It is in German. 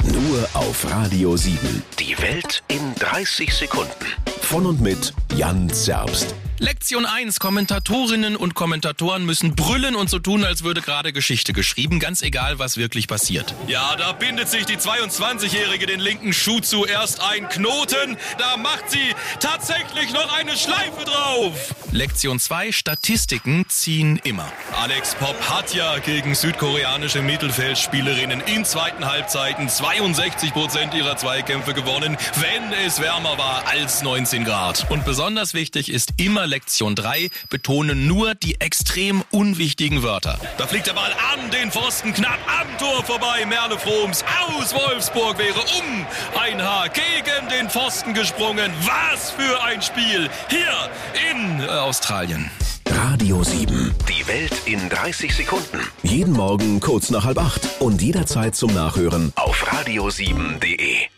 Kultur auf Radio 7. Die Welt in 30 Sekunden. Von und mit Jan Zerbst. Lektion 1. Kommentatorinnen und Kommentatoren müssen brüllen und so tun, als würde gerade Geschichte geschrieben, ganz egal, was wirklich passiert. Ja, da bindet sich die 22-Jährige den linken Schuh zuerst ein Knoten. Da macht sie tatsächlich noch eine Schleife drauf. Lektion 2. Statistiken ziehen immer. Alex Popp hat ja gegen südkoreanische Mittelfeldspielerinnen in zweiten Halbzeiten 62 Prozent ihrer Zweikämpfe gewonnen, wenn es wärmer war als 19 Grad. Und besonders wichtig ist immer Lektion 3, betone nur die extrem unwichtigen Wörter. Da fliegt der Ball an den Pfosten, knapp am Tor vorbei. Merle Froms aus Wolfsburg wäre um ein Haar gegen den Pfosten gesprungen. Was für ein Spiel hier in Äh, Australien. Radio 7. Die Welt in 30 Sekunden. Jeden Morgen kurz nach halb acht und jederzeit zum Nachhören Auf radio7.de.